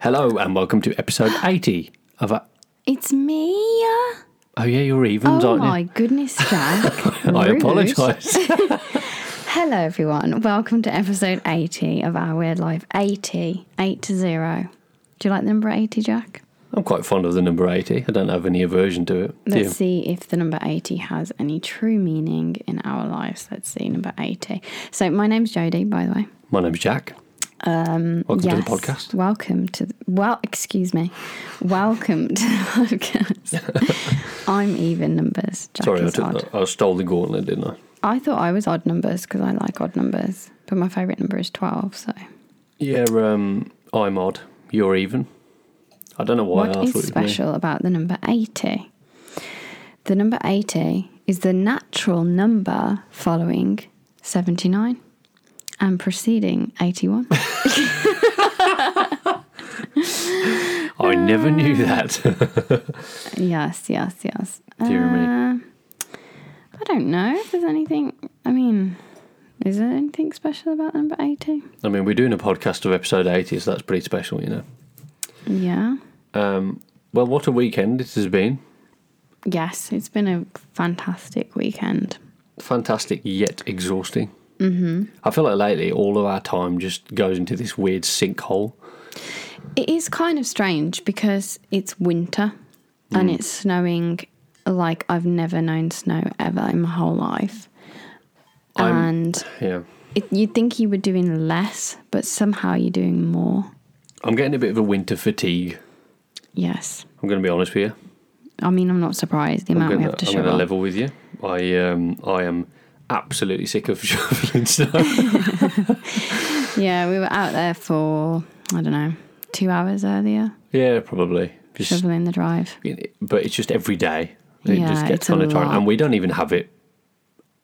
Hello and welcome to episode 80 of a- It's me. uh, Oh yeah, you're evens, Oh aren't my goodness, Jack. you? I Rude. apologise. Hello, everyone. Welcome to episode 80 of Our Weird Life. 80. 8 to 0. Do you like the number 80, Jack? I'm quite fond of the number 80. I don't have any aversion to it. Do Let's you? see if the number 80 has any true meaning in our lives. Let's see, number 80. So, my name's Jodie, by the way. My name's Jack. Um, welcome to the podcast. Welcome to the, well, excuse me. Welcome to the podcast. I'm even numbers. Jack Sorry, I, is took, odd. I stole the gauntlet, didn't I? I thought I was odd numbers because I like odd numbers, but my favourite number is 12. So, Yeah, um, I'm odd. You're even. I don't know why what I is thought it was me. special about the number 80? The number 80 is the natural number following 79 and preceding 81. I never knew Uh, that. yes, yes, yes. Dear me. uh. I don't know if there's anything, I mean, is there anything special about the number 80? I mean, we're doing a podcast of episode 80, so that's pretty special, you know. Yeah. Um, well, what a weekend it has been. Yes, it's been a fantastic weekend. fantastic yet exhausting. Mm-hmm. I feel like lately all of our time just goes into this weird sinkhole. It is kind of strange because it's winter Mm. and it's snowing like I've never known snow ever in my whole life. I'm- and Yeah, it, you'd think you were doing less, but somehow you're doing more. I'm getting a bit of a winter fatigue. Yes. I'm going to be honest with you. I mean, I'm not surprised the amount I'm we going have to to shovel. level with you. I um, I am absolutely sick of shoveling snow. Yeah, we were out there for, I don't know, two hours earlier, yeah, probably. Just, shoveling the drive. but it's just every day. It Yeah, just it's gets a on a time, lot. and we don't even have it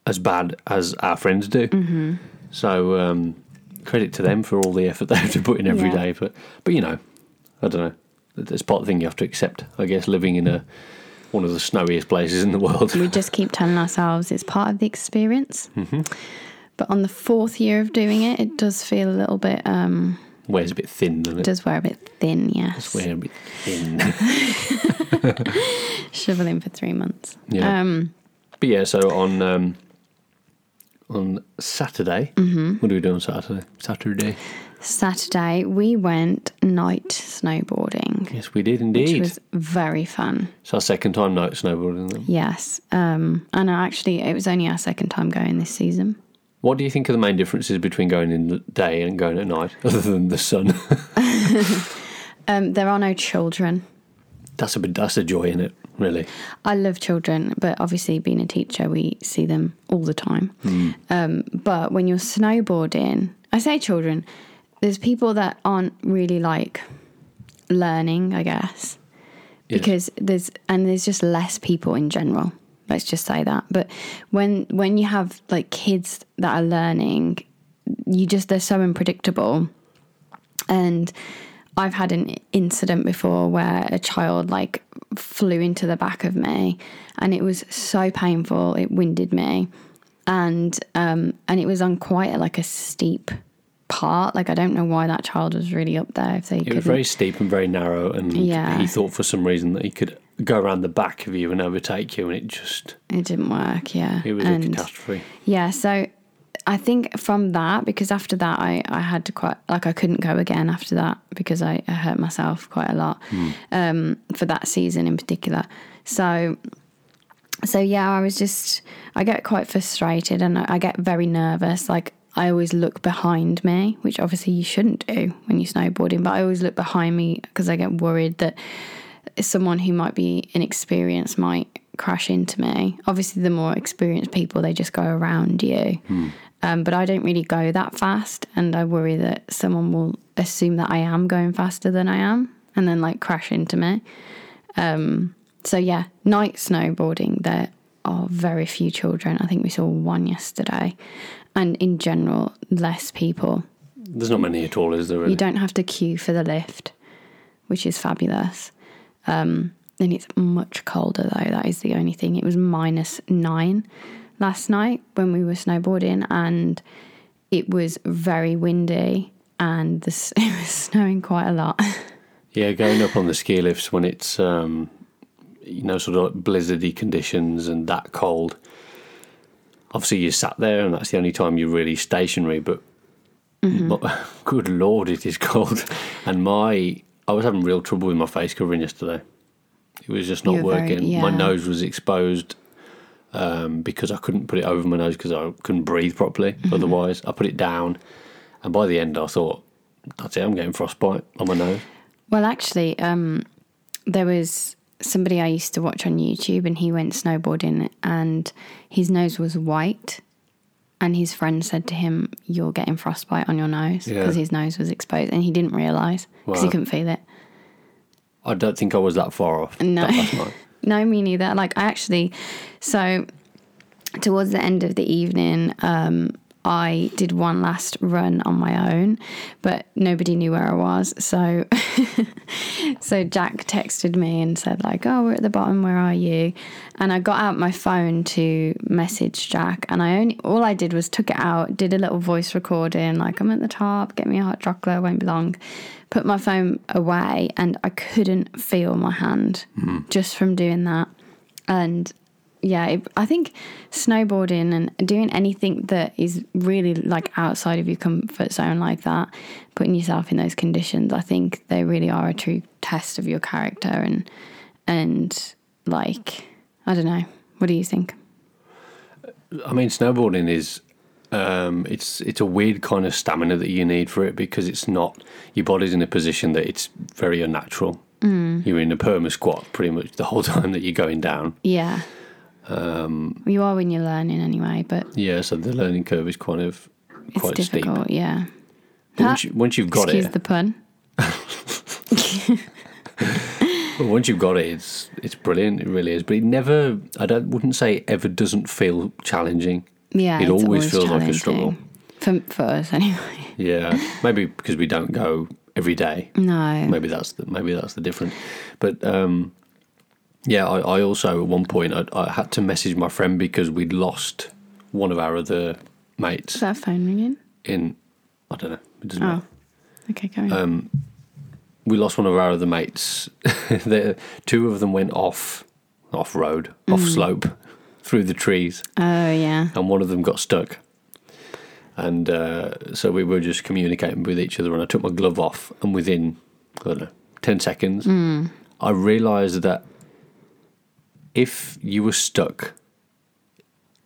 as bad as our friends do. Mm-hmm. So um, credit to them for all the effort they have to put in every day. Yeah. But but you know, I don't know. That's part of the thing you have to accept, I guess. Living in a one of the snowiest places in the world. We just keep telling ourselves it's part of the experience. Mm-hmm. But on the fourth year of doing it, it does feel a little bit. Um, Wears a bit thin, doesn't it? does wear a bit thin, yes. Wear a bit thin. Shoveling for three months. Yeah. Um, but yeah, so on um, on Saturday, Mm-hmm. what do we do on Saturday? Saturday. Saturday, we went night snowboarding, Yes, we did which indeed. was very fun. It's our second time night snowboarding. Then. Yes. Um, and I actually, it was only our second time going this season. What do you think are the main differences between going in the day and going at night, other than the sun? Um, there are no children. that's a bit, that's a joy in it, really. I love children, but obviously, being a teacher, we see them all the time. Um, but when you're snowboarding, I say children, there's people that aren't really like learning, I guess, Yes. because there's and there's just less people in general. Let's just say that. But when when you have like kids that are learning, you just they're so unpredictable and I've had an incident before where a child like flew into the back of me and it was so painful it winded me and um and it was on quite like a steep part like I don't know why that child was really up there if they It could was very steep and very narrow, and Yeah. he thought for some reason that he could go around the back of you and overtake you, and it just it didn't work yeah it was a and catastrophe. yeah so I think from that because after that I I had to quite like I couldn't go again after that because I, I hurt myself quite a lot um for that season in particular so so yeah i was just i get quite frustrated and i I get very nervous like i always look behind me which obviously you shouldn't do when you're snowboarding but i always look behind me because i get worried that someone who might be inexperienced might crash into me obviously the more experienced people they just go around you um, but i don't really go that fast and i worry that someone will assume that i am going faster than i am and then like crash into me Um, so yeah, night snowboarding. There are very few children. I think we saw one yesterday, and in general, less people. There's not many at all, is there? You Really? don't have to queue for the lift, which is fabulous. Um, and it's much colder though. That is the only thing. It was minus nine last night when we were snowboarding, and it was very windy, and the, s- it was snowing quite a lot. Yeah, going up on the ski lifts when it's um, you know sort of like blizzardy conditions and that cold. Obviously, you sat there, and that's the only time you're really stationary. But Mm-hmm. my- good lord, it is cold, and my I was having real trouble with my face covering yesterday. It was just not You were very- working. My yeah. nose was exposed um, because I couldn't put it over my nose because I couldn't breathe properly. Mm-hmm. Otherwise, I put it down, and by the end, I thought, "That's it. I'm getting frostbite on my nose." Well, actually, um, there was somebody I used to watch on YouTube, and he went snowboarding, and his nose was white. And his friend said to him, "You're getting frostbite on your nose Yeah. because his nose was exposed, and he didn't realize because he Wow. couldn't feel it." I don't think I was that far off. No. That last night. No, me neither. Like I actually, so towards the end of the evening, um, I did one last run on my own, but nobody knew where I was. So, so Jack texted me and said like, "Oh, we're at the bottom. Where are you?" And I got out my phone to message Jack, and I only all I did was took it out, did a little voice recording, like, "I'm at the top. Get me a hot chocolate. Won't be long." Put my phone away, and I couldn't feel my hand just from doing that. And yeah, it, I think snowboarding and doing anything that is really like outside of your comfort zone like that, putting yourself in those conditions, I think they really are a true test of your character and and like I don't know. What do you think? I mean, snowboarding is um, it's it's a weird kind of stamina that you need for it because it's not your body's in a position that it's very unnatural. Mm. You're in a perma squat pretty much the whole time that you're going down. Yeah. Um, you are when you're learning anyway, but Yeah, so the learning curve is kind of it's quite steep. difficult. Yeah. But Once, you, once you've got Excuse it, the pun. but once you've got it, it's it's brilliant. It really is. But it never, I don't, wouldn't say it ever doesn't feel challenging. Yeah. It it's always feels like a struggle. challenging. For, for us anyway. Yeah, maybe because we don't go every day. No. maybe that's the, maybe that's the difference. But um, yeah, I, I also at one point I, I had to message my friend because we'd lost one of our other Is mates that phone ringing? in I don't know. It doesn't Oh. matter. Okay, carry on. Um, We lost one of our other mates. the, two of them went off off road, off slope, through the trees, Oh yeah. and one of them got stuck. And uh, so we were just communicating with each other, and I took my glove off, and within I don't know ten seconds, Hmm. I realised that if you were stuck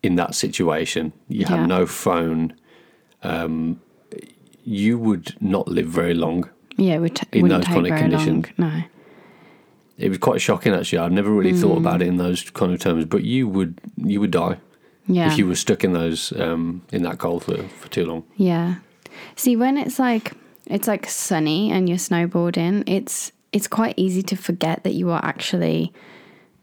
in that situation, you had Yeah. no phone, um, you would not live very long. Yeah, it would t- In wouldn't those take kind of very conditions. long. No. It was quite shocking, actually. I've never really Hmm. thought about it in those kind of terms, but you would you would die Yeah. if you were stuck in those um, in that cold for, for too long. yeah. See, when it's like it's like sunny and you're snowboarding, it's it's quite easy to forget that you are actually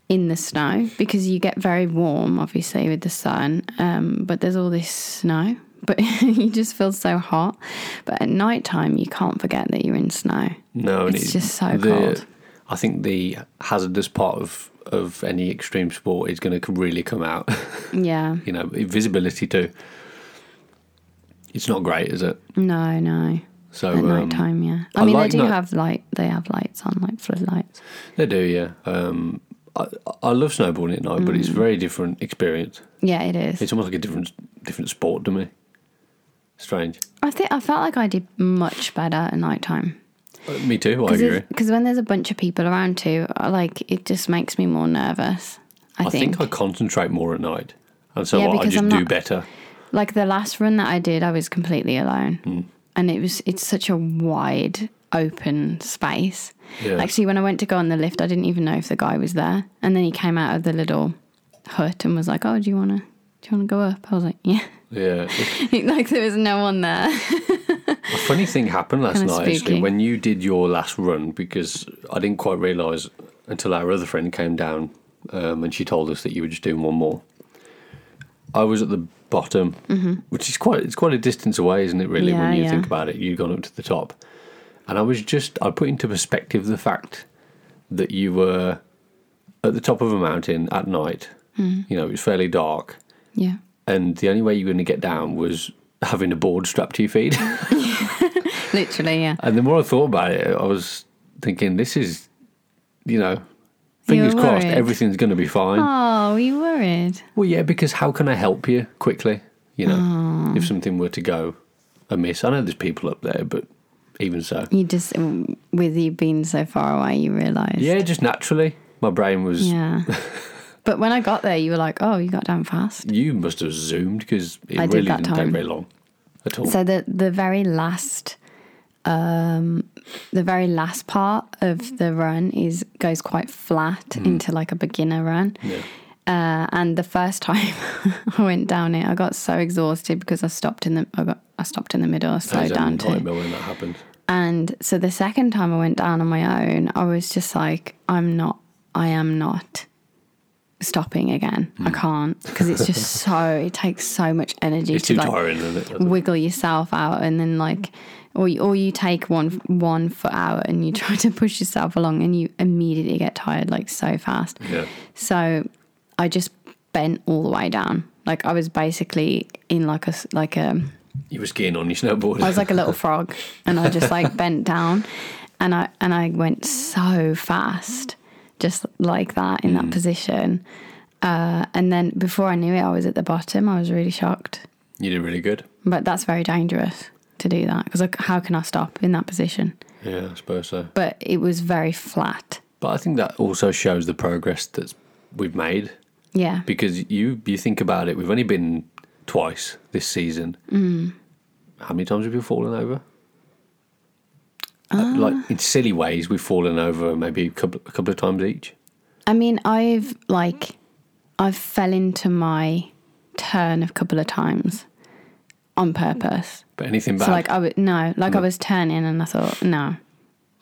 in the snow because you get very warm, obviously, with the sun. Um, but there's all this snow, but you just feel so hot. But at night time, you can't forget that you're in snow. No, and It's it- just so the, cold. I think the hazardous part of of any extreme sport is going to really come out. Yeah. you know, visibility too. It's not great, is it? No, no. So At night um, time, yeah. I, I mean, like they do night- have light. They have lights on, like floodlights. they do, yeah. Um, I, I love snowboarding at night, but Mm. it's a very different experience. Yeah, it is. It's almost like a different different sport to me. Strange. I think I felt like I did much better at night time Uh, me too. I agree. because when there's a bunch of people around too, I- like it just makes me more nervous. I, I think, think I concentrate more at night, and so Yeah, I, I because just I'm do not- better. like the last run that I did, I was completely alone, Hmm. and it was it's such a wide open space. Yeah. Actually, when I went to go on the lift, I didn't even know if the guy was there, and then he came out of the little hut and was like, "Oh, do you wanna do you wanna go up?" I was like, "Yeah." Yeah. like there was no one there. A funny thing happened last Kinda night spooky. actually when you did your last run because I didn't quite realise until our other friend came down um, and she told us that you were just doing one more. I was at the bottom, which is quite it's quite a distance away, isn't it? Really, Mm-hmm. Yeah, when you yeah. think about it, you'd gone up to the top, and I was just I put into perspective the fact that you were at the top of a mountain at night. Mm. You know, it was fairly dark yeah. and the only way you were going to get down was having a board strapped to your feet. Literally, yeah. and the more I thought about it, I was thinking this is, you know, fingers were crossed, worried. everything's going to be fine. Oh, were you worried? Well, yeah, because how can I help you quickly? You know, Hmm. if something were to go amiss, I know there's people up there, but even so, You just, with you being so far away, you realised. yeah, just naturally, my brain was. Yeah. but when I got there, you were like, oh, you got down fast. You must have zoomed because it I did really that didn't time. take very long at all. So the, the very last, um, the very last part of the run is goes quite flat into like a beginner run. Mm. yeah. Uh, and the first time I went down it, I got so exhausted because I stopped in the I, got, I stopped in the middle, I I slowed was a down too. nightmare when that happened. And so the second time I went down on my own, I was just like, I'm not, I am not stopping again. I Hmm. can't because it's just so, it takes so much energy It's to too like Mm. tiring, isn't it? wiggle yourself out and then like, or you, or you take one one foot out and you try to push yourself along and you immediately get tired like so fast. Yeah. So I just bent all the way down. Like I was basically in like a s- like um, a You were skiing on your snowboard. I was like a little frog, and I just like bent down, and I and I went so fast, just like that in that position. Uh, and then before I knew it, I was at the bottom. I was really shocked, you did really good. but that's very dangerous to do that because like, how can I stop in that position? Yeah, I suppose so. But it was very flat. But I think that also shows the progress that we've made Yeah, because you you think about it, we've only been twice this season. Mm. Hmm. How many times have you fallen over? Uh, like in silly ways, we've fallen over maybe a couple, a couple of times each. I mean, I've like I've fell into my turn a couple of times on purpose. But anything bad? So like I was no, like Mm. I was turning and I thought no,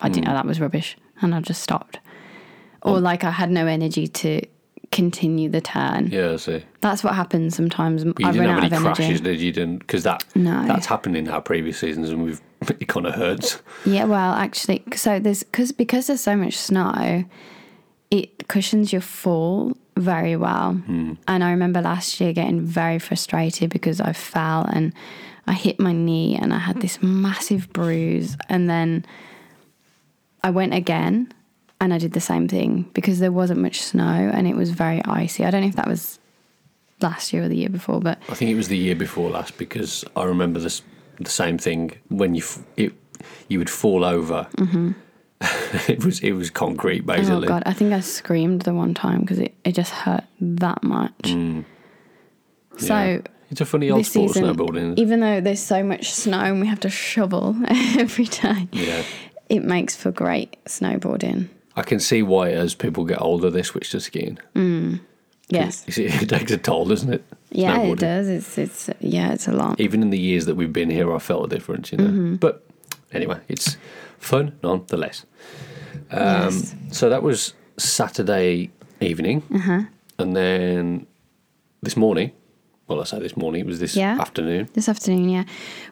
I didn't know that was rubbish, and I just stopped, Mm. or like I had no energy to continue the turn. yeah, I see. That's what happens sometimes. But you I didn't run have out any of energy. crashes, did you? Didn't because that No. that's happened in our previous seasons, and we've it kind of hurts. Yeah, well, actually, so there's because because there's so much snow, it cushions your fall very well. And I remember last year getting very frustrated because I fell and I hit my knee and I had this massive bruise, and then I went again and I did the same thing because there wasn't much snow and it was very icy. I don't know if that was last year or the year before, but I think it was the year before last because I remember this the same thing when you f- it you would fall over. it was it was concrete Mm-hmm. Oh basically. god, I think I screamed the one time because it, it just hurt that much. Mm. Yeah. So it's a funny old this sport season, snowboarding. even though there's so much snow and we have to shovel every day, yeah, it makes for great snowboarding. I can see why as people get older they switch to skiing. Mm. Yes, You see, It, takes a toll, doesn't it? yeah, Snowboarding. it does. It's it's yeah, it's a lot. Even in the years that we've been here, I felt a difference. You know, Mm-hmm. but anyway, it's fun nonetheless. Um, yes. So that was Saturday evening, Uh-huh. and then this morning. Well, I say this morning. It was this Yeah. afternoon. This afternoon, yeah,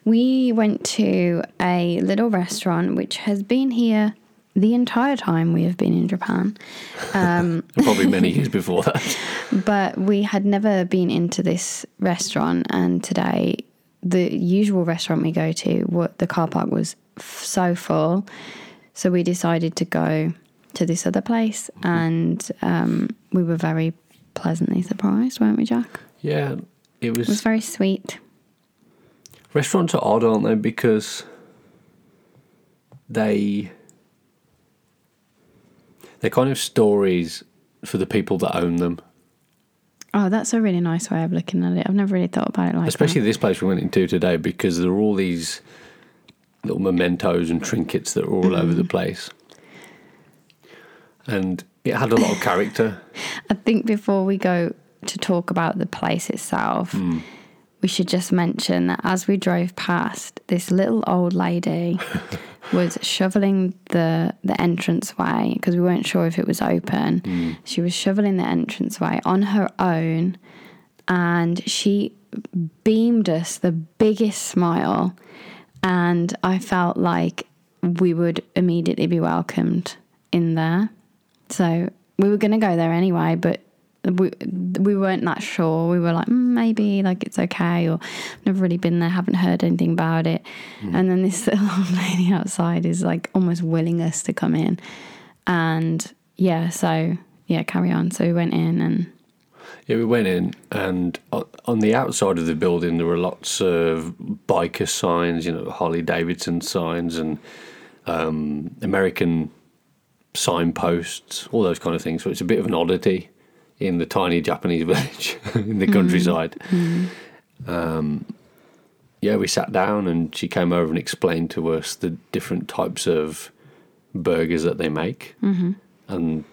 we went to a little restaurant which has been here the entire time we have been in Japan. and Probably many years before that. but we had never been into this restaurant and today the usual restaurant we go to what the car park was f- so full so we decided to go to this other place and um, we were very pleasantly surprised weren't we jack Yeah, it was. it was very sweet Restaurants are odd, aren't they? Because they they're kind of stories for the people that own them. oh that's a really nice way of looking at it i've never really thought about it like Especially that this place we went into today, because there are all these little mementos and trinkets that are all over Mm-hmm. the place, and it had a lot of character. i think before we go to talk about the place itself we should just mention that as we drove past, this little old lady was shoveling the the entranceway because we weren't sure if it was open. She was shoveling the entranceway on her own, and she beamed us the biggest smile, and I felt like we would immediately be welcomed in there. So we were going to go there anyway, but we we weren't that sure. We were like, mm, maybe like it's okay, or never really been there, haven't heard anything about it. And then this little old lady outside is like almost willing us to come in, and yeah, so yeah, carry on. So we went in and Yeah, we went in, and o- on the outside of the building, there were lots of biker signs, you know, Harley Davidson signs and um, American signposts, all those kind of things. So it's a bit of an oddity in the tiny Japanese village in the countryside. Um, yeah, we sat down, and she came over and explained to us the different types of burgers that they make, and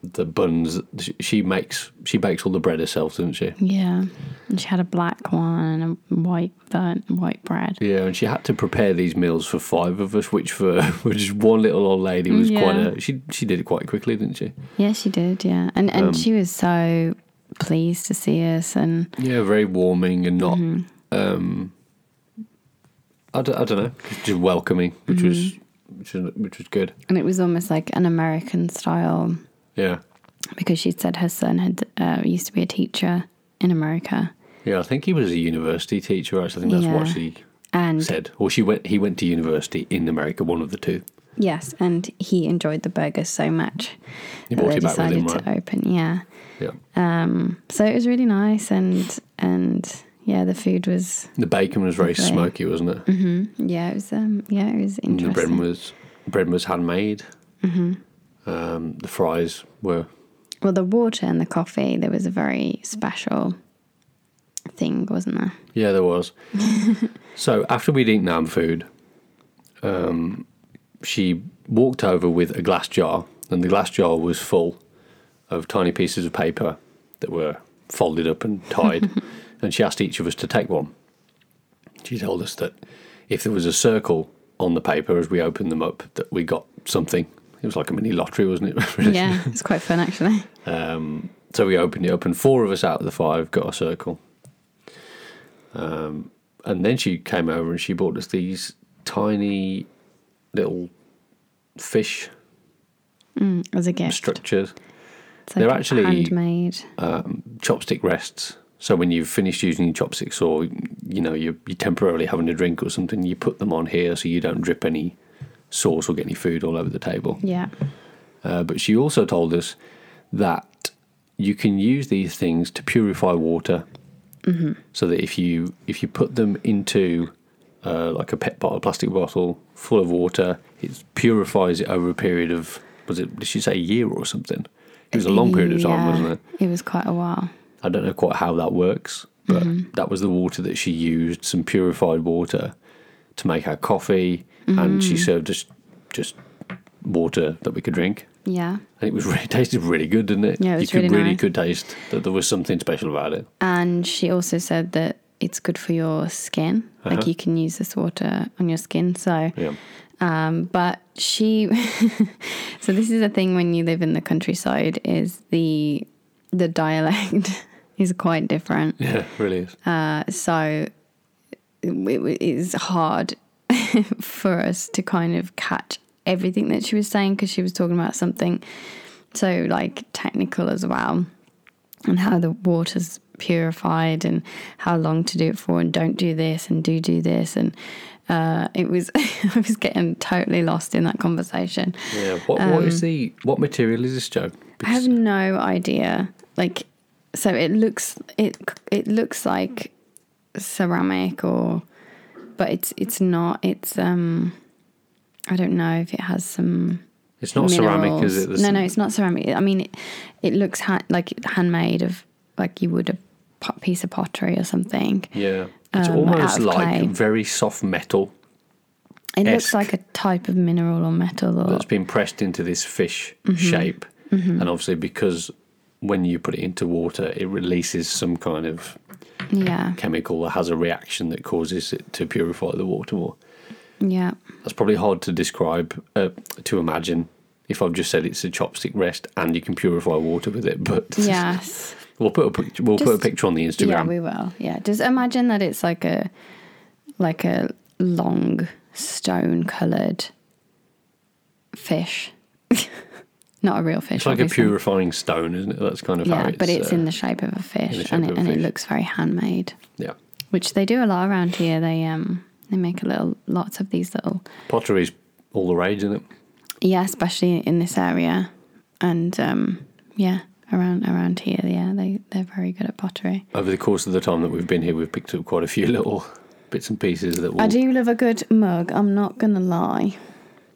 the buns she- she makes she bakes all the bread herself doesn't she yeah, and she had a black one and a white burnt white bread. yeah and she had to prepare these meals for five of us which for which one little old lady was Mm, Yeah. quite a she she did it quite quickly didn't she Yeah, she did. Yeah, and and she was so pleased to see us and yeah very warming and not Mm-hmm. um I d- I don't know just welcoming which was Mm-hmm. which was which was good and it was almost like an American style yeah because she said her son had uh, used to be a teacher in America, yeah I think he was a university teacher actually I think that's what Yeah. she and said or she went he went to university in America one of the two yes, and he enjoyed the burgers so much He that brought they it back with decided him, to open. Yeah, yeah um, so it was really nice, and and yeah, the food was the bacon was very Lovely. smoky wasn't it yeah, it was um, yeah, it was And the bread Mm-hmm. interesting. Mm-hmm. was bread was handmade. Um, the fries were Well, the water and the coffee, there was a very special thing, wasn't there? yeah, there was. so after we'd eaten our food, um, she walked over with a glass jar, and the glass jar was full of tiny pieces of paper that were folded up and tied. and she asked each of us to take one. She told us that if there was a circle on the paper as we opened them up, that we got something. It was like a mini lottery, wasn't it? Really? Yeah, it's quite fun actually. Um, so we opened it up, and four of us out of the five got a circle. Um, and then she came over and she bought us these tiny little fish As a gift, structures, It's they're actually- uh, handmade. chopstick rests. So when you've finished using your chopsticks, or you know you're, you're temporarily having a drink or something, you put them on here so you don't drip any sauce or get any food all over the table. Yeah, Uh, but she also told us that you can use these things to purify water, so that if you if you put them into uh, like a pet bottle, plastic bottle full of water, it purifies it over a period of was it did she say a year or something? It was a long period of time, Yeah, wasn't it? It was quite a while. I don't know quite how that works, but that was the water that she used, some purified water, to make our coffee, and she served us just water that we could drink Yeah. and it was really tasted really good, didn't it? Yeah, it was you could really really nice. could taste that there was something special about it. And she also said that it's good for your skin. Like you can use this water on your skin. So, Yeah, um, but she, so this is the thing when you live in the countryside is the the dialect is quite different. yeah, really is. Uh, so it, it is hard for us to kind of catch everything that she was saying because she was talking about something so like technical as well and how the water's purified and how long to do it for and don't do this and do do this and uh, it was I was getting totally lost in that conversation. yeah. What what is the what material is this, Joe? um, I have no idea. Like, so it looks it it looks like ceramic or, but it's it's not. It's um, I don't know if it has some it's not ceramic, is minerals. it? There's- No, no, it's not ceramic. I mean, it, it looks ha- like handmade of like you would a pot, piece of pottery or something. Yeah, it's Um, almost out of like clay. very soft metal It looks Esque. like a type of mineral or metal or that's been pressed into this fish Mm-hmm. shape, and obviously because when you put it into water, it releases some kind of yeah, chemical that has a reaction that causes it to purify the water more. yeah, That's probably hard to describe, uh, to imagine. If I've just said it's a chopstick rest and you can purify water with it, but yes. we'll put a pic- we'll put a Just- picture on the Instagram. Yeah, we will. Yeah, just imagine that it's like a like a long stone coloured fish. Not a real fish. It's like obviously. a purifying stone, isn't it? That's kind of how Yeah, it's. but it's uh, in the shape of a in the fish, shape and of it a and it fish. looks very handmade, uh, yeah. which they do a lot around here. They um they make a little lots of these little Pottery's all the rage, isn't it? yeah, especially in this area, and um yeah around around here yeah they they're very good at pottery. Over the course of the time that we've been here, we've picked up quite a few little bits and pieces that will. I do love a good mug. I'm not gonna lie.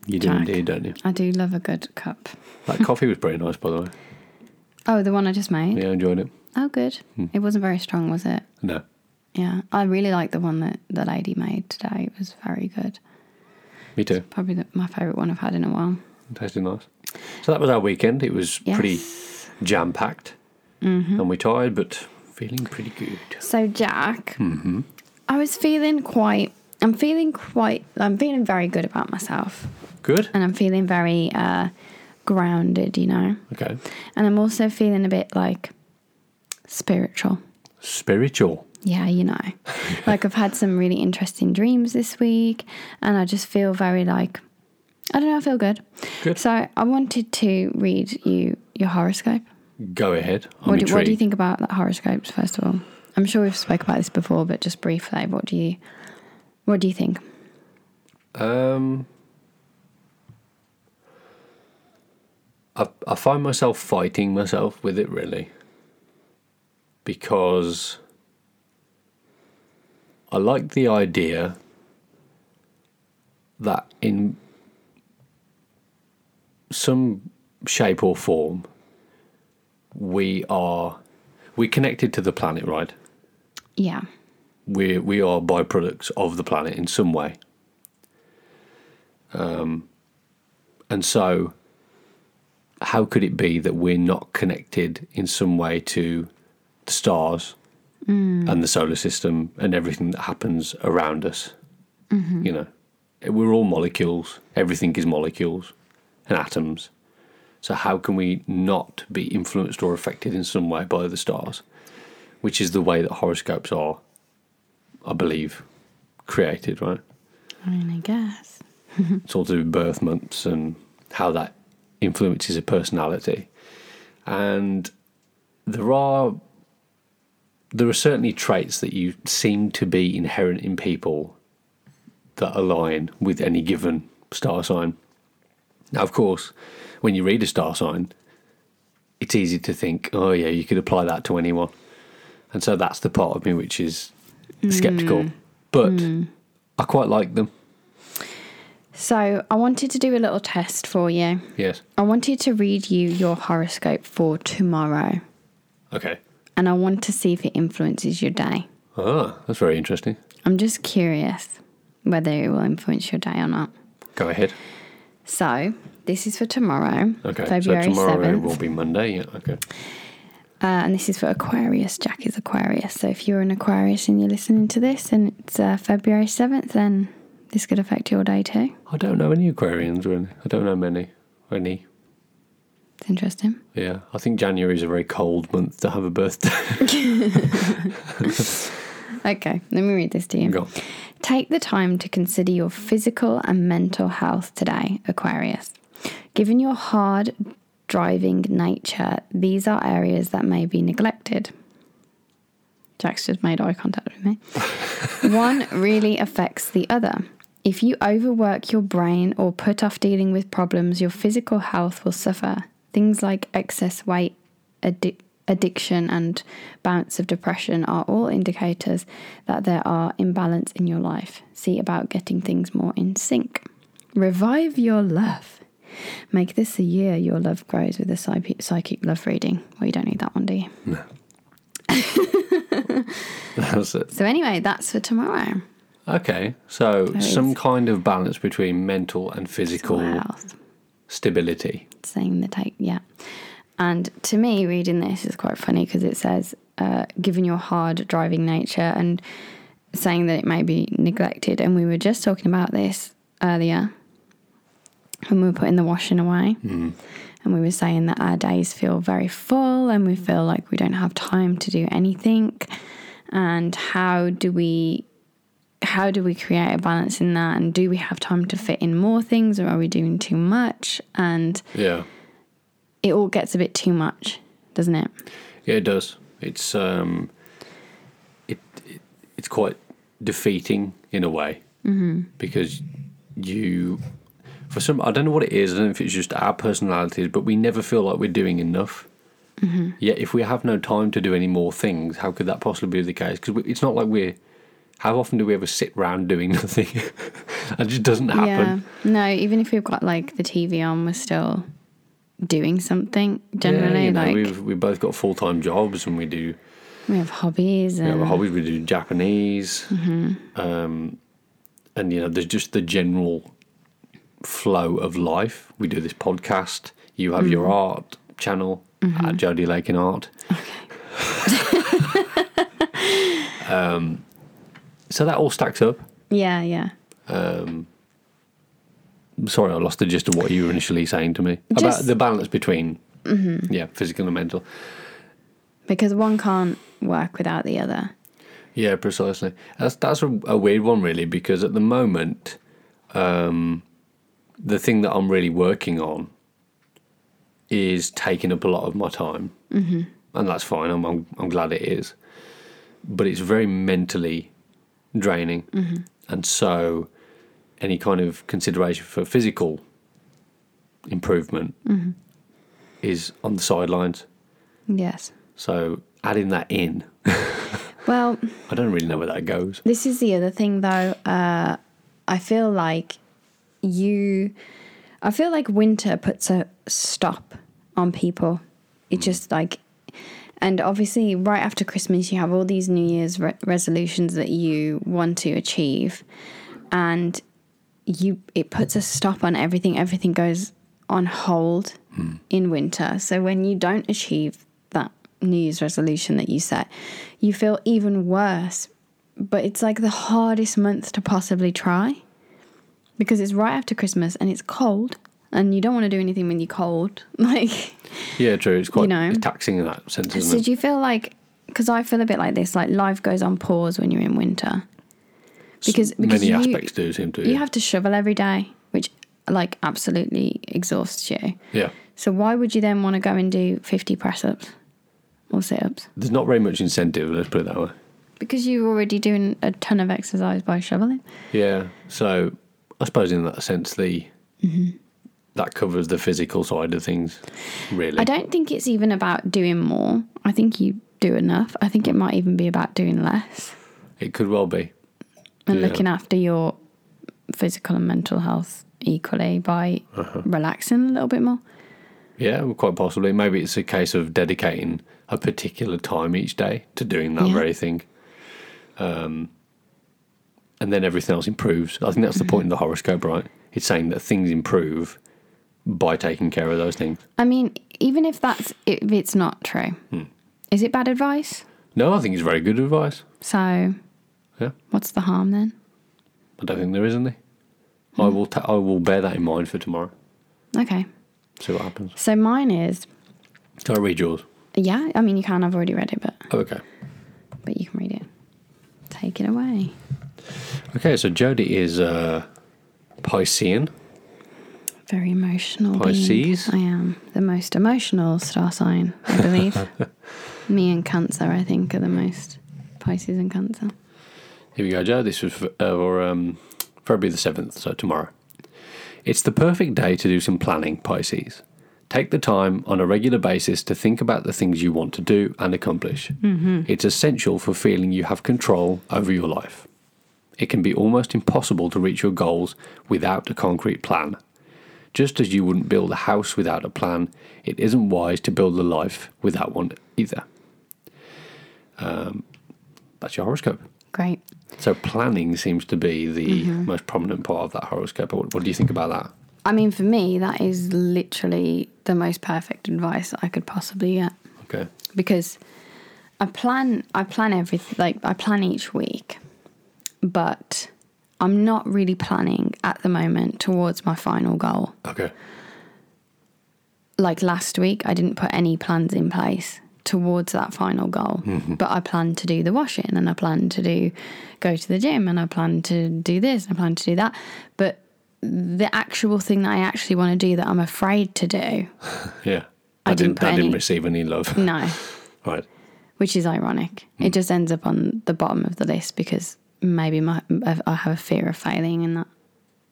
you do Jack. indeed, don't you? I do love a good cup. That coffee was pretty nice, by the way. Oh, the one I just made. Yeah, Hmm. I enjoyed it. Oh, good. It wasn't very strong, was it? No. Yeah, I really like the one that the lady made today. It was very good. Me too. Probably the, my favourite one I've had in a while. Tasted nice. So that was our weekend. It was pretty jam packed. Mm-hmm. And we're tired, but feeling pretty good. So Jack, Mm-hmm. I was feeling quite. I'm feeling quite. I'm feeling very good about myself, Good? and I'm feeling very uh, grounded. You know, Okay. and I'm also feeling a bit like spiritual. Spiritual. Yeah, you know, like I've had some really interesting dreams this week, and I just feel very like. I don't know. I feel good. Good. So I wanted to read you your horoscope. Go ahead. I'm What do, what do you intrigued. think about that horoscopes? First of all, I'm sure we've spoke about this before, but just briefly, what do you what do you think? Um, I, I find myself fighting myself with it really because I like the idea that in some shape or form we are we're connected to the planet right Yeah, we we are byproducts of the planet in some way. Um, and so, how could it be that we're not connected in some way to the stars and the solar system and everything that happens around us? You know, we're all molecules. Everything is molecules and atoms. So how can we not be influenced or affected in some way by the stars? Which is the way that horoscopes are I believe, created, right? I mean, I guess. It's all to do with birth months and how that influences a personality. And there are there are certainly traits that you seem to be inherent in people that align with any given star sign. Now, of course, when you read a star sign, it's easy to think, oh yeah, you could apply that to anyone. And so that's the part of me which is skeptical. But I quite like them. So I wanted to do a little test for you. Yes. I wanted to read you your horoscope for tomorrow, Okay. and I want to see if it influences your day. Ah, that's very interesting. I'm just curious whether it will influence your day or not. Go ahead. So this is for tomorrow, Okay. February so tomorrow 7th. will be Monday. Yeah. Okay. Uh, and this is for Aquarius. Jack is Aquarius. So if you're an Aquarius and you're listening to this and it's uh, February 7th, then this could affect your day too. I don't know any Aquarians really. I don't know many. Any. It's interesting. Yeah. I think January is a very cold month to have a birthday. Okay, let me read this to you. Go. Take the time to consider your physical and mental health today, Aquarius. Given your hard driving nature, these are areas that may be neglected. Jack's just made eye contact with me. One really affects the other. If you overwork your brain or put off dealing with problems, your physical health will suffer. Things like excess weight, addic- addiction, and bouts of depression are all indicators that there are imbalance in your life. See about getting things more in sync. Revive your love. Make this a year your love grows with a psyche- psychic love reading. Well, you don't need that one, do you? that's it. So, anyway, that's for tomorrow. Okay. So is. some kind of balance between mental and physical Health. stability. saying the take yeah and to me reading this is quite funny because it says uh, given your hard driving nature and saying that it may be neglected and we were just talking about this earlier when we were putting the washing away and we were saying that our days feel very full and we feel like we don't have time to do anything and how do we how do we create a balance in that and do we have time to fit in more things or are we doing too much and Yeah. it all gets a bit too much, doesn't it? Yeah, it does. It's um, it, it it's quite defeating in a way mm-hmm. because you, for some, I don't know what it is. I don't know if it's just our personalities, but we never feel like we're doing enough. Mm-hmm. Yet, if we have no time to do any more things, how could that possibly be the case? Because it's not like we're. How often do we ever sit round doing nothing? that just doesn't happen. Yeah. No, even if we've got like the TV on, we're still doing something generally. you know, like we've we both got full time jobs and we do we have hobbies we and have a hobbies. We do Japanese, um, and you know, there's just the general flow of life. We do this podcast. You have your art channel at Jodie Lake in Art. Okay. um, Um, so that all stacks up. yeah, yeah. Sorry, I lost the gist of what you were initially saying to me about Just- the balance between yeah, physical and mental. Because one can't work without the other. Yeah, precisely. That's that's a, a weird one, really, because at the moment, um, the thing that I'm really working on is taking up a lot of my time, mm-hmm. and that's fine. I'm, I'm I'm glad it is, but it's very mentally draining, and so any kind of consideration for physical improvement is on the sidelines. Yes. So adding that in, Well, I don't really know where that goes. this is the other thing though. Uh, I feel like you, I feel like winter puts a stop on people. It just like, and obviously, right after Christmas, you have all these New Year's re- resolutions that you want to achieve, and you it puts a stop on everything. Everything goes on hold in winter. So when you don't achieve that New Year's resolution that you set, you feel even worse. But it's like the hardest month to possibly try because it's right after Christmas and it's cold, and you don't want to do anything when you're cold. Like, Yeah, true. It's quite know? it's taxing in that sense, so isn't it? do you feel like? Because I feel a bit like this. Like life goes on pause when you're in winter, because, because Many you, aspects do seem to. you Yeah. have to shovel every day, which like absolutely exhausts you. yeah. So why would you then want to go and do 50 press ups or sit ups? There's not very much incentive, let's put it that way. Because you're already doing a ton of exercise by shoveling. Yeah. So I suppose in that sense the Mm-hmm. that covers the physical side of things, really. I don't think it's even about doing more. I think you do enough. I think it might even be about doing less It could well be. and Yeah. looking after your physical and mental health equally by relaxing a little bit more. Yeah, well, quite possibly. Maybe it's a case of dedicating a particular time each day to doing that Yeah. very thing. Um, and then everything else improves. I think that's the Mm-hmm. point of the horoscope, right? It's saying that things improve by taking care of those things. I mean, even if that's if it's not true, is it bad advice? No, I think it's very good advice. So, Yeah. what's the harm then? I don't think there is any. I will. Ta- I will bear that in mind for tomorrow. Okay. See what happens. So mine is Can I read yours? yeah. I mean, you can. I've already read it, but Oh, okay. but you can read it. Take it away. Okay. So Jody is uh, Piscean. Very emotional. being. Pisces? I am the most emotional star sign, I believe. Me and Cancer, I think, are the most Pisces and Cancer. Here we go, Joe. This was uh, or, um, February the 7th, so tomorrow. It's the perfect day to do some planning, Pisces. Take the time on a regular basis to think about the things you want to do and accomplish. It's essential for feeling you have control over your life. It can be almost impossible to reach your goals without a concrete plan. Just as you wouldn't build a house without a plan, it isn't wise to build a life without one either. Um, that's your horoscope. Great. So planning seems to be the Mm-hmm. most prominent part of that horoscope. What, what do you think about that? I mean, for me, that is literally the most perfect advice I could possibly get. Okay. because I plan I plan everything like I plan each week, but I'm not really planning at the moment towards my final goal. Okay. Like last week, I didn't put any plans in place towards that final goal, Mm-hmm. but I planned to do the washing and I planned to do go to the gym and I planned to do this and I planned to do that, but the actual thing that I actually want to do that I'm afraid to do Yeah. I I didn't didn't. put I didn't any- receive any love. No, Right. which is ironic. Hmm. It just ends up on the bottom of the list because maybe my, I have a fear of failing in that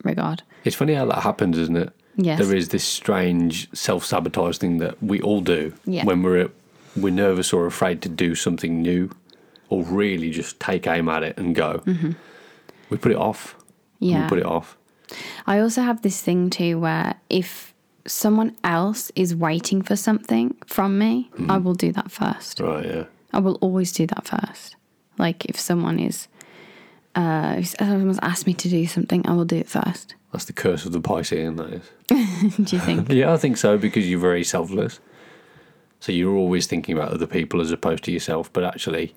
regard. It's funny how that happens, isn't it? Yes. There is this strange self sabotage thing that we all do Yeah. when we're we're nervous or afraid to do something new, or really just take aim at it and go. We put it off. Mm-hmm. Yeah. We put it off. I also have this thing too where if someone else is waiting for something from me, I will do that first. Right. Yeah. I will always do that first. Like if someone is, uh, if someone's asked me to do something, I will do it first. That's the curse of the Piscean. That is. do you think? Yeah, I think so because you're very selfless. So you're always thinking about other people as opposed to yourself. But actually,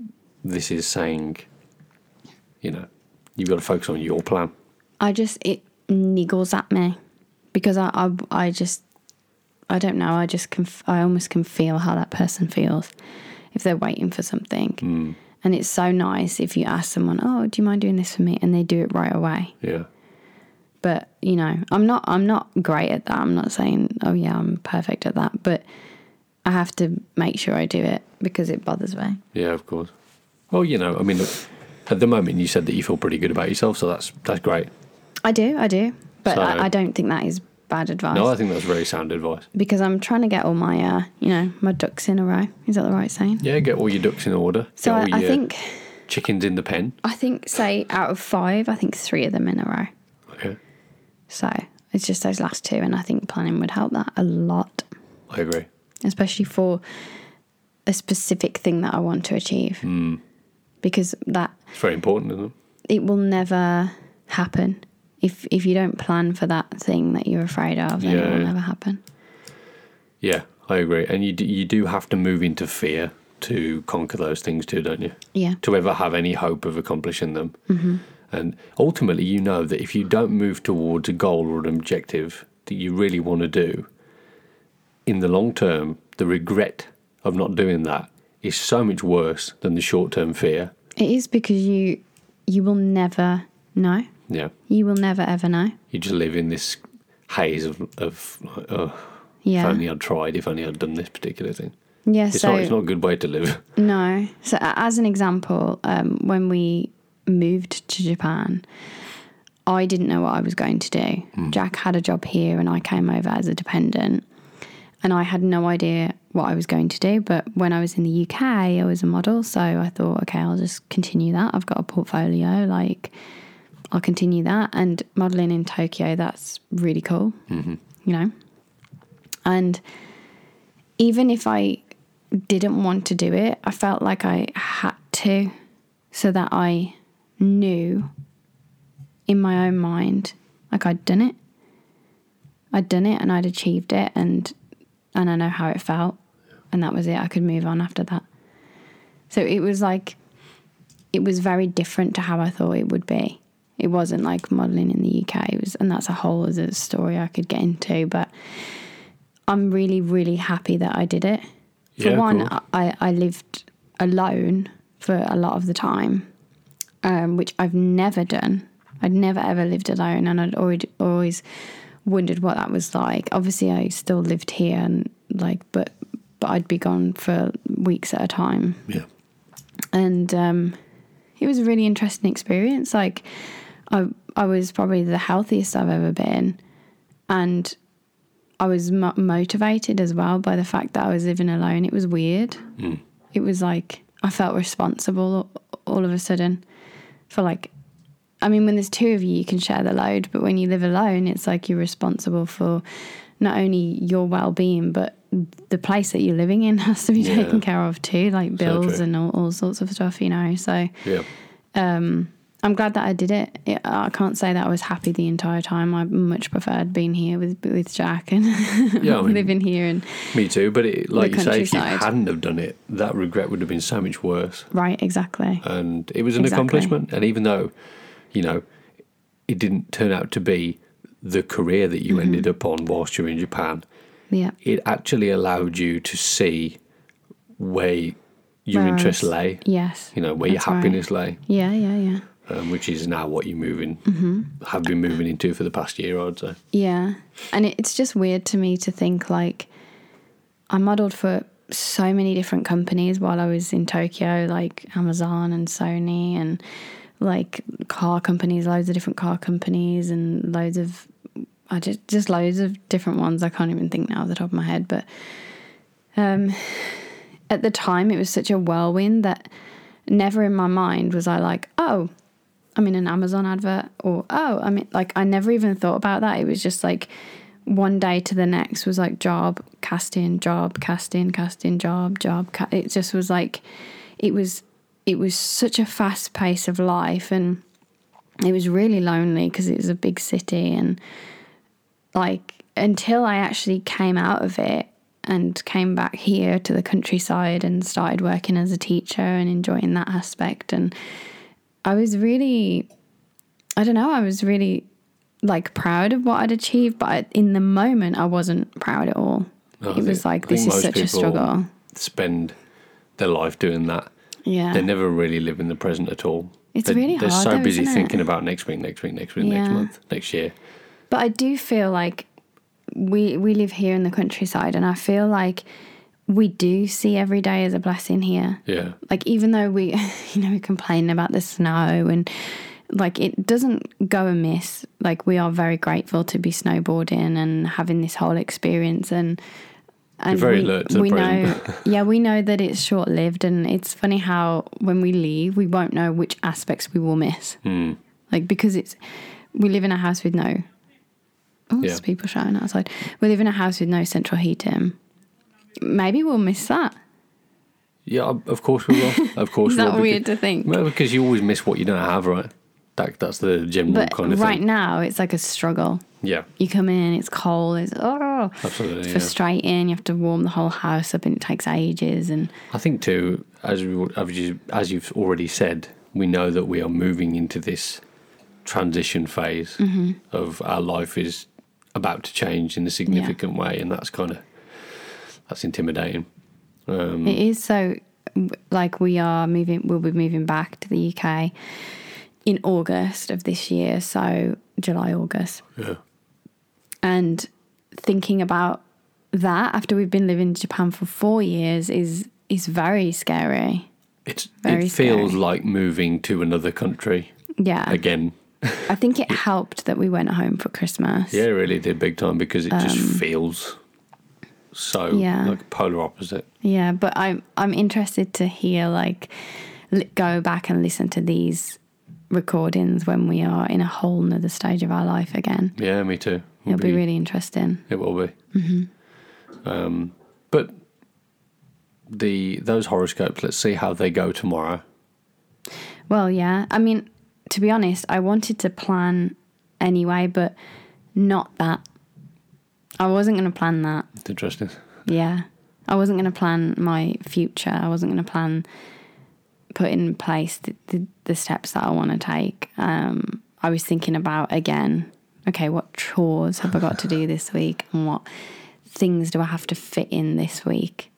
um, this is saying, you know, you've got to focus on your plan. I just it niggles at me because I I, I just I don't know. I just can f- I almost can feel how that person feels if they're waiting for something. And it's so nice if you ask someone, "Oh, do you mind doing this for me?" and they do it right away. Yeah. But you know, I'm not I'm not great at that. I'm not saying, "Oh yeah, I'm perfect at that," but I have to make sure I do it because it bothers me. Yeah, of course. Well, you know, I mean, look, at the moment you said that you feel pretty good about yourself, so that's that's great. I do, I do, but So- I, I don't think that is bad advice. No, I think that's very sound advice. because I'm trying to get all my, uh, you know, my ducks in a row. Is that the right saying? Yeah, get all your ducks in order. So get I, all I your think, chickens in the pen. I think, say out of five, I think three of them in a row. Okay, So it's just those last two, and I think planning would help that a lot, I agree. especially for a specific thing that I want to achieve, Hmm. because that It's very important, isn't it? it will never happen if if you don't plan for that thing that you're afraid of, then it Yeah. will never happen. Yeah, I agree. And you do, you do have to move into fear to conquer those things too, don't you? Yeah, To ever have any hope of accomplishing them. Mm-hmm. And ultimately, you know that if you don't move towards a goal or an objective that you really want to do, in the long term, the regret of not doing that is so much worse than the short term fear. it is because you you will never know. Yeah. You will never ever know. You just live in this haze of, of like, oh, if Yeah. only I'd tried, if only I'd done this particular thing. Yeah, It's, so not, it's not a good way to live. no. So a- as an example, um, when we moved to Japan, I didn't know what I was going to do. Jack had a job here, and I came over as a dependent, and I had no idea what I was going to do. But when I was in the UK, I was a model, so I thought, okay, I'll just continue that. I've got a portfolio, like I'll continue that. And modeling in Tokyo, that's really cool, mm-hmm. you know. And even if I didn't want to do it, I felt like I had to so that I knew in my own mind like I'd done it. I'd done it and I'd achieved it and and I know how it felt and that was it. I could move on after that. So it was like it was very different to how I thought it would be. It wasn't like modeling in the UK. It was, and that's a whole other story I could get into. But I'm really, really happy that I did it. For Yeah, one, cool. I, I lived alone for a lot of the time, um, which I've never done. I'd never ever lived alone, and I'd already, always wondered what that was like. Obviously, I still lived here, and like, but but I'd be gone for weeks at a time Yeah. and um, it was a really interesting experience. Like, I I was probably the healthiest I've ever been, and I was mo- motivated as well by the fact that I was living alone. It was weird. It was like I felt responsible all of a sudden for like. I mean, when there's two of you, you can share the load, but when you live alone, it's like you're responsible for not only your well-being, but the place that you're living in has to be Yeah. taken care of too, like bills true. and all, all sorts of stuff, you know. So Yeah. I'm glad that I did it. it. I can't say that I was happy the entire time. I much preferred being here with with Jack and Yeah. I mean, living here and Me too, but it, like The you say, if you countryside. hadn't have done it, that regret would have been so much worse. right exactly. And it was an Exactly. accomplishment. And even though, you know, it didn't turn out to be the career that Mm-hmm. you ended up on whilst you were in Japan, Yeah, it actually allowed you to see where your Where I interest was- lay, yes. you know, where your That's right. happiness lay. Yeah, yeah, yeah. um, which is now what you're moving, Mm-hmm. have been moving into for the past year, I'd say. Yeah. And it, it's just weird to me to think like I modeled for so many different companies while I was in Tokyo, like Amazon and Sony and like car companies, loads of different car companies and loads of I just just loads of different ones. I can't even think now off the top of my head, but um at the time it was such a whirlwind that never in my mind was I like, oh, I'm in an Amazon advert or oh, I mean like I never even thought about that. It was just like one day to the next was like job casting, job casting, casting, job, job. Ca- it just was like it was it was such a fast pace of life and it was really lonely because it was a big city and like until I actually came out of it and came back here to the countryside and started working as a teacher and enjoying that aspect and I was really I don't know, I was really like proud of what I'd achieved, but I, in the moment I wasn't proud at all. No, I it was think- I like think this is most such a people struggle. Spend their life doing that. Yeah. They never really live in the present at all. Uh-huh. It's they, really They're hard so though, busy isn't it? thinking about next week, next week, next week, next Yeah. month, next year. But I do feel like we we live here in the countryside, and I feel like we do see every day as a blessing here. Yeah. Like even though we, you know, we complain about the snow and like it doesn't go amiss. Like we are very grateful to be snowboarding and having this whole experience and. And very alert to the we know, present. yeah, we know that it's short lived, and it's funny how when we leave, we won't know which aspects we will miss. Hmm. Like because it's, we live in a house with no Oh, there's Yeah. people shouting outside. We live in a house with no central heating. Maybe we'll miss that. Yeah, of of course we will. Of course Is we will. that because- weird to think? Well, because you always miss what you don't have, right? That, that's the general But kind of right thing. now, it's like a struggle. Yeah. You come in, it's cold, it's oh, Absolutely, it's yeah. frustrating. You have to warm the whole house up, and it takes ages. And I think too, as we, as you- as you've already said, we know that we are moving into this transition phase Mm-hmm. of our life is about to change in a significant way, and that's kind of that's intimidating. Mm. it is so like we are moving. We'll be moving back to the UK in August of this year, so July, August. Yeah, and thinking about that after we've been living in Japan for four years is is very scary. it's Very it feels scary. Ah. like moving to another country Yeah, again. I think it helped that we went home for Christmas. Yeah, it really did big time because it just feels so Um, Yeah. like polar opposite. Yeah, but I'm I'm interested to hear like li- go back and listen to these recordings when we are in a whole nother stage of our life again. Yeah, me too. It'll be really Mm-hmm. interesting. It will be. Um, but the those horoscopes. Let's see how they go tomorrow. Well, yeah. I mean, to be honest, I wanted to plan anyway, but not that. I wasn't going to plan that. It's interesting. Yeah. I wasn't going to plan my future. I wasn't going to plan, put in place the, the, the steps that I want to take. Um, I was thinking about, again, okay, what chores have I got to do this week and what things do I have to fit in this week?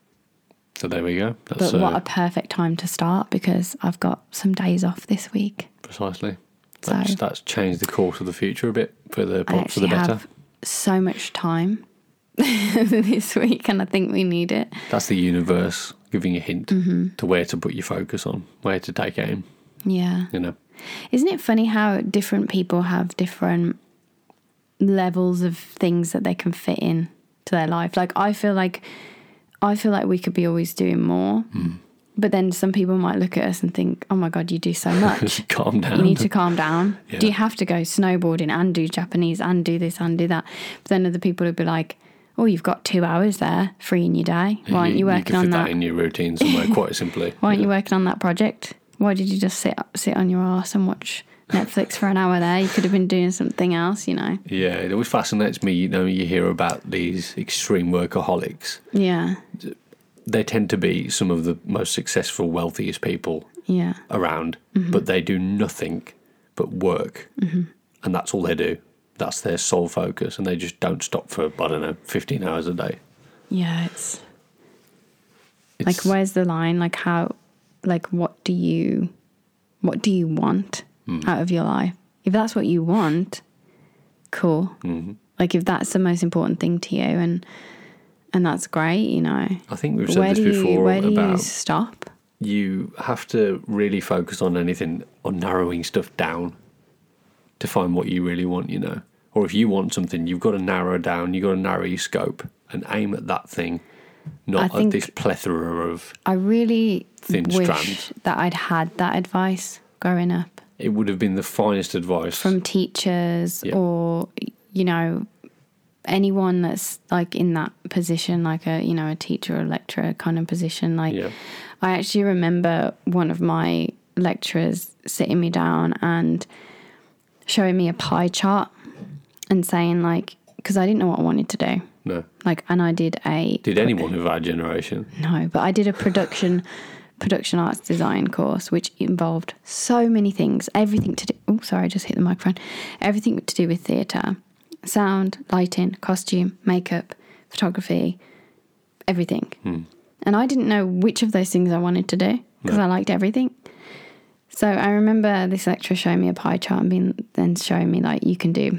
So there we go. That's But what uh, a perfect time to start because I've got some days off this week. precisely. So- That's, that's changed the course of the future a bit for the I for the actually better. have so much time this week and I think we need it. That's the universe giving a hint Mm-hmm. to where to put your focus on, where to take aim. Yeah. You know, Isn't it funny how different people have different levels of things that they can fit in to their life? Like I feel like I feel like we could be always doing more. Hmm. But then some people might look at us and think, "Oh my god, you do so much. calm down. you need to calm down. Yeah. Do you have to go snowboarding and do Japanese and do this and do that?" But then other people would be like, "Oh, you've got 2 hours there free in your day. Why aren't you, can working on fit that? in your routine somewhere? Quite simply. Why aren't you working on that project? Why did you just sit sit on your ass and watch Netflix for an hour there? You could have been doing something else, you know. Yeah, it always fascinates me. You know, you hear about these extreme workaholics. Yeah, They tend to be some of the most successful, wealthiest people yeah, around, Mm-hmm. but they do nothing but work, and that's all they do. That's their sole focus, and they just don't stop for I don't know, fifteen hours a day. yeah. It's like It's, where's the line? Like how? Like what do you? What do you want? Hmm. out of your life. If that's what you want, cool. Mm-hmm. Like if that's the most important thing to you, and and that's great, you know. I think we've But said where this do you before where do you about stop? you have to really focus on anything on narrowing stuff down to find what you really want, you know. Or if you want something, you've got to narrow down, you've got to narrow your scope and aim at that thing, not I at think- this plethora of I really Thin wish strands. that I'd had that advice growing up it would have been the finest advice. from teachers Yeah. or you know anyone that's like in that position like a you know a teacher or lecturer kind of position like Yeah. I actually remember one of my lecturers sitting me down and showing me a pie chart and saying like because I didn't know what I wanted to do no. like and I did a Did anyone of our generation? no, but I did a production production arts design course which involved so many things, everything to do oh sorry, I just hit the microphone. Everything to do with theatre. Sound, lighting, costume, makeup, photography, everything. And I didn't know which of those things I wanted to do because I liked everything. So I remember this lecturer showing me a pie chart and being then showing me like you can do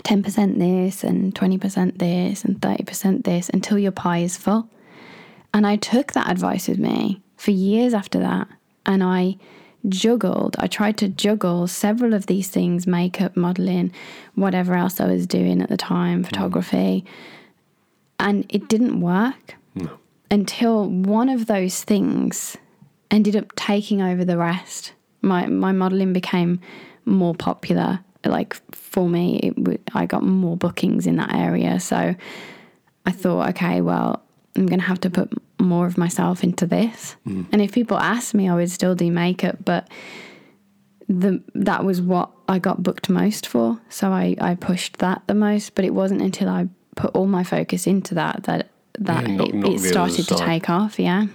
10% this and 20% this and 30% this until your pie is full. And I took that advice with me for years after that. And I juggled, I tried to juggle several of these things makeup, modeling, whatever else I was doing at the time, photography. And it didn't work until one of those things ended up taking over the rest. My, my modeling became more popular. Like for me, it w- I got more bookings in that area. So I thought, okay, well, I'm going to have to put more of myself into this. And if people asked me, I would still do makeup, but the that was what I got booked most for. So I, I pushed that the most, but it wasn't until I put all my focus into that that that Yeah, knock- it, knock the it others started to aside. take off. Yeah,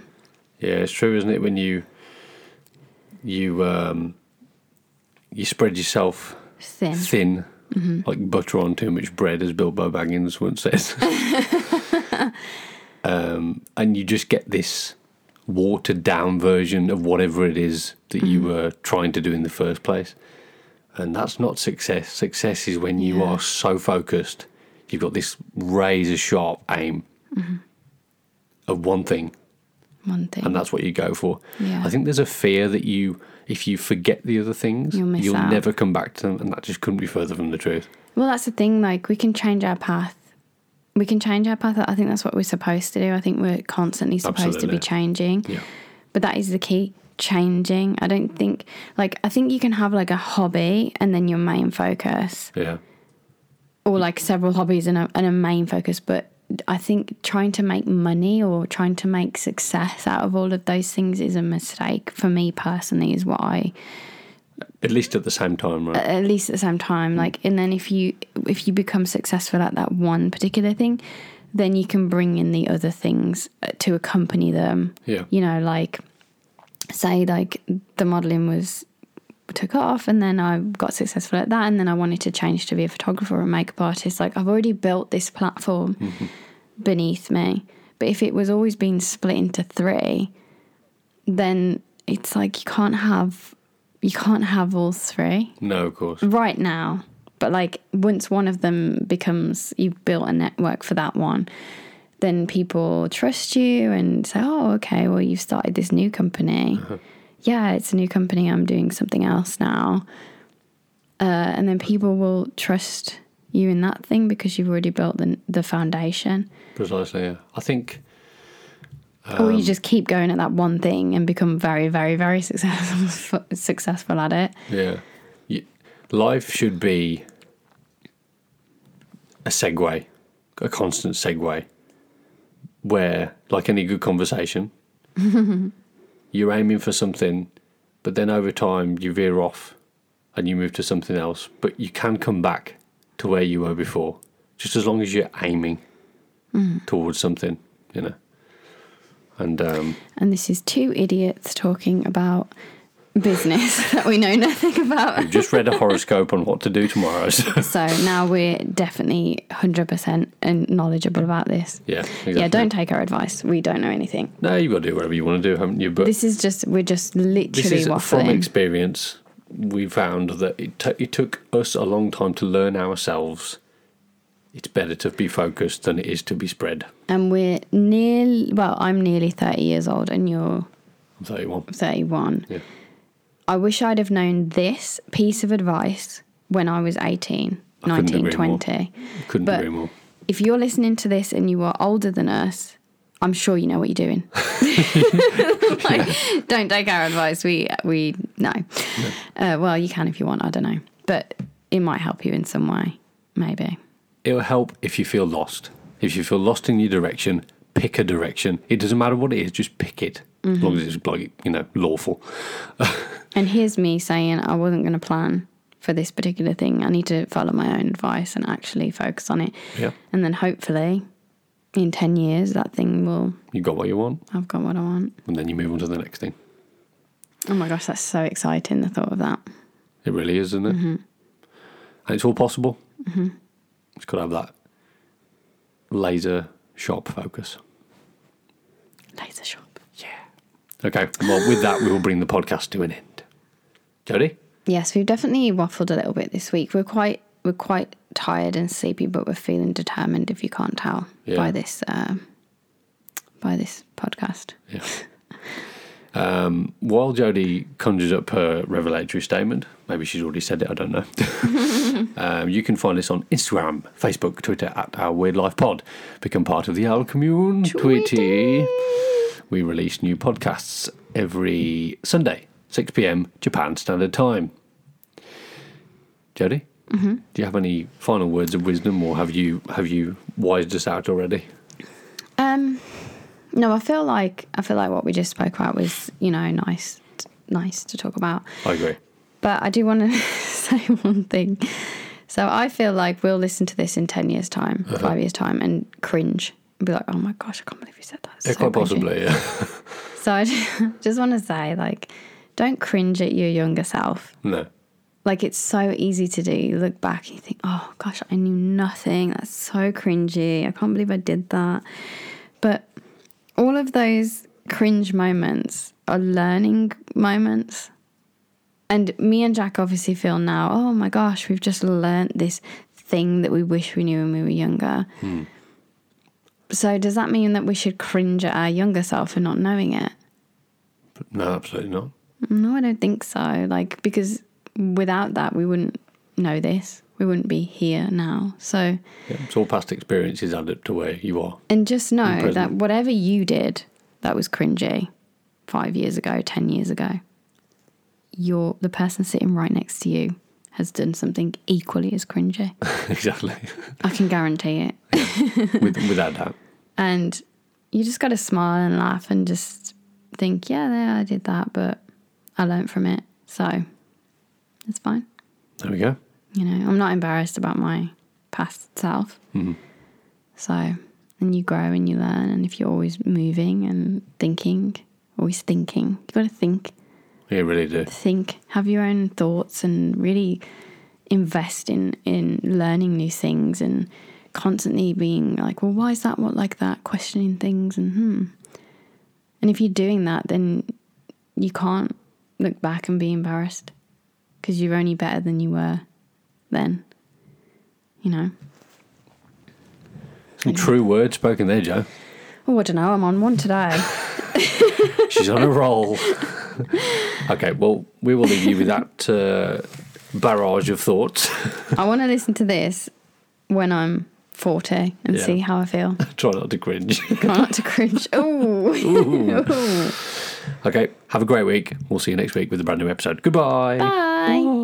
Yeah, it's true, isn't it? When you you um you spread yourself thin. thin, Mm-hmm. like butter on too much bread, as Bilbo Baggins once says. um, and you just get this watered down version of whatever it is that you were trying to do in the first place. And that's not success. Success is when you Yeah. are so focused, you've got this razor sharp aim of one thing One thing. and that's what you go for. Yeah. I think there's a fear that you, if you forget the other things, You'll miss out. never come back to them, and that just couldn't be further from the truth. Well, that's the thing. Like, we can change our path. We can change our path. I think that's what we're supposed to do. I think we're constantly supposed to Absolutely. be changing. Yeah. But that is the key changing. I don't think, like, I think you can have like a hobby and then your main focus, Yeah, or like several hobbies and a, and a main focus. But I think trying to make money or trying to make success out of all of those things is a mistake for me personally, is what I at least at the same time, right? at least at the same time like and then if you if you become successful at that one particular thing then you can bring in the other things uh, to accompany them Yeah. you know like say like the modeling was took off and then I got successful at that and then I wanted to change to be a photographer or a makeup artist like I've already built this platform beneath me but if it was always been split into three then it's like you can't have you can't have all three no, of course. right now but like once one of them becomes you've built a network for that one then people trust you and say oh okay well you've started this new company yeah it's a new company i'm doing something else now uh, and then people will trust you in that thing because you've already built the, the foundation Precisely. Yeah. I think or you just keep going at that one thing and become very very very successful successful at it Yeah. Y life should be a segue, a constant segue, where, like any good conversation, you're aiming for something, but then over time you veer off and you move to something else, but you can come back to where you were before, just as long as you're aiming Mm. towards something, you know. And um, and this is two idiots talking about business that we know nothing about. I've just read a horoscope on what to do tomorrow. So, So now we're definitely 100% and knowledgeable about this. yeah, Yeah, exactly. don't take our advice. We don't know anything. No, you've got to do whatever you want to do, haven't you? But This is just, we're just literally this is from waffling. experience we found that it, t- it took us a long time to learn ourselves. It's better to be focused than it is to be spread. And we're nearly, well, I'm nearly 30 years old and you're I'm 31. 31. Yeah. I wish I'd have known this piece of advice when I was 18, I couldn't 19, agree more. 20. Couldn't But- agree more. If you're listening to this and you are older than us, I'm sure you know what you're doing. like, Don't take our advice. We we no. Uh, well, you can if you want. I don't know, but it might help you in some way, maybe. It'll help if you feel lost. If you feel lost in your direction, pick a direction. It doesn't matter what it is, just pick it. Mm-hmm. As long as it's like, you know, lawful. And here's me saying I wasn't going to plan for this particular thing. I need to follow my own advice and actually focus on it. Yeah. And then hopefully, in ten years, that thing will. You got what you want, I've got what I want. and then you move on to the next thing. Oh my gosh, that's so exciting, the thought of that. It really is, isn't it? And it's all possible. Mm-hmm. It's got to have that laser sharp focus. Laser shop. Okay. Well, with that, we will bring the podcast to an end. Jodie? Yes, we've definitely waffled a little bit this week. We're quite we're quite tired and sleepy, but we're feeling determined if you can't tell Yeah. by this um by this podcast. Yeah. Um, while Jodie conjures up her revelatory statement, maybe she's already said it, I don't know. um, you can find us on Instagram, Facebook, Twitter at Our Weird Life Pod. Become part of the Owl Commune, Tweety. We release new podcasts every Sunday, 6 pm Japan Standard Time. Jodie, mm-hmm. do you have any final words of wisdom, or have you have you wised us out already? Um no, I feel like I feel like what we just spoke about was, you know, nice nice to talk about. I agree. But I do want to say one thing. So I feel like we'll listen to this in 10 years' time, Uh-huh. five years' time, and cringe and be like, oh my gosh, I can't believe you said that. It's Yeah, so quite cringy." possibly. Yeah. So I ju- just want to say, like, don't cringe at your younger self. no. Like, it's so easy to do. You look back and you think, oh gosh, I knew nothing. That's so cringy. I can't believe I did that. But all of those cringe moments are learning moments. And me and Jack obviously feel now, oh my gosh, we've just learnt this thing that we wish we knew when we were younger. So, does that mean that we should cringe at our younger self for not knowing it? No, absolutely not. No, I don't think so. Like, because without that, we wouldn't know this. We wouldn't be here now. So, Yeah, it's all past experiences add up to where you are. and just know present. that whatever you did that was cringy five years ago, 10 years ago, you're, the person sitting right next to you has done something equally as cringy. exactly. I can guarantee it. With, without doubt. And you just got to smile and laugh and just think, yeah, yeah, I did that, but I learned from it. So, it's fine. There we go. you know, I'm not embarrassed about my past self. So, and you grow and you learn, and if you're always moving and thinking, always thinking, you got to think, Yeah, really do. think, have your own thoughts, and really invest in in learning new things and constantly being like, well, why is that what like that? Questioning things and hmm. And if you're doing that, then you can't look back and be embarrassed because you're only better than you were then. You know. Some true words spoken there, Joe. Oh, I don't know. I'm on one today. She's on a roll. okay, well, we will leave you with that uh, barrage of thoughts. I want to listen to this when I'm 40 and Yeah. see how I feel. Try not to cringe. Try not to cringe. Oh, Ooh. okay, have a great week. We'll see you next week with a brand new episode. Goodbye. bye.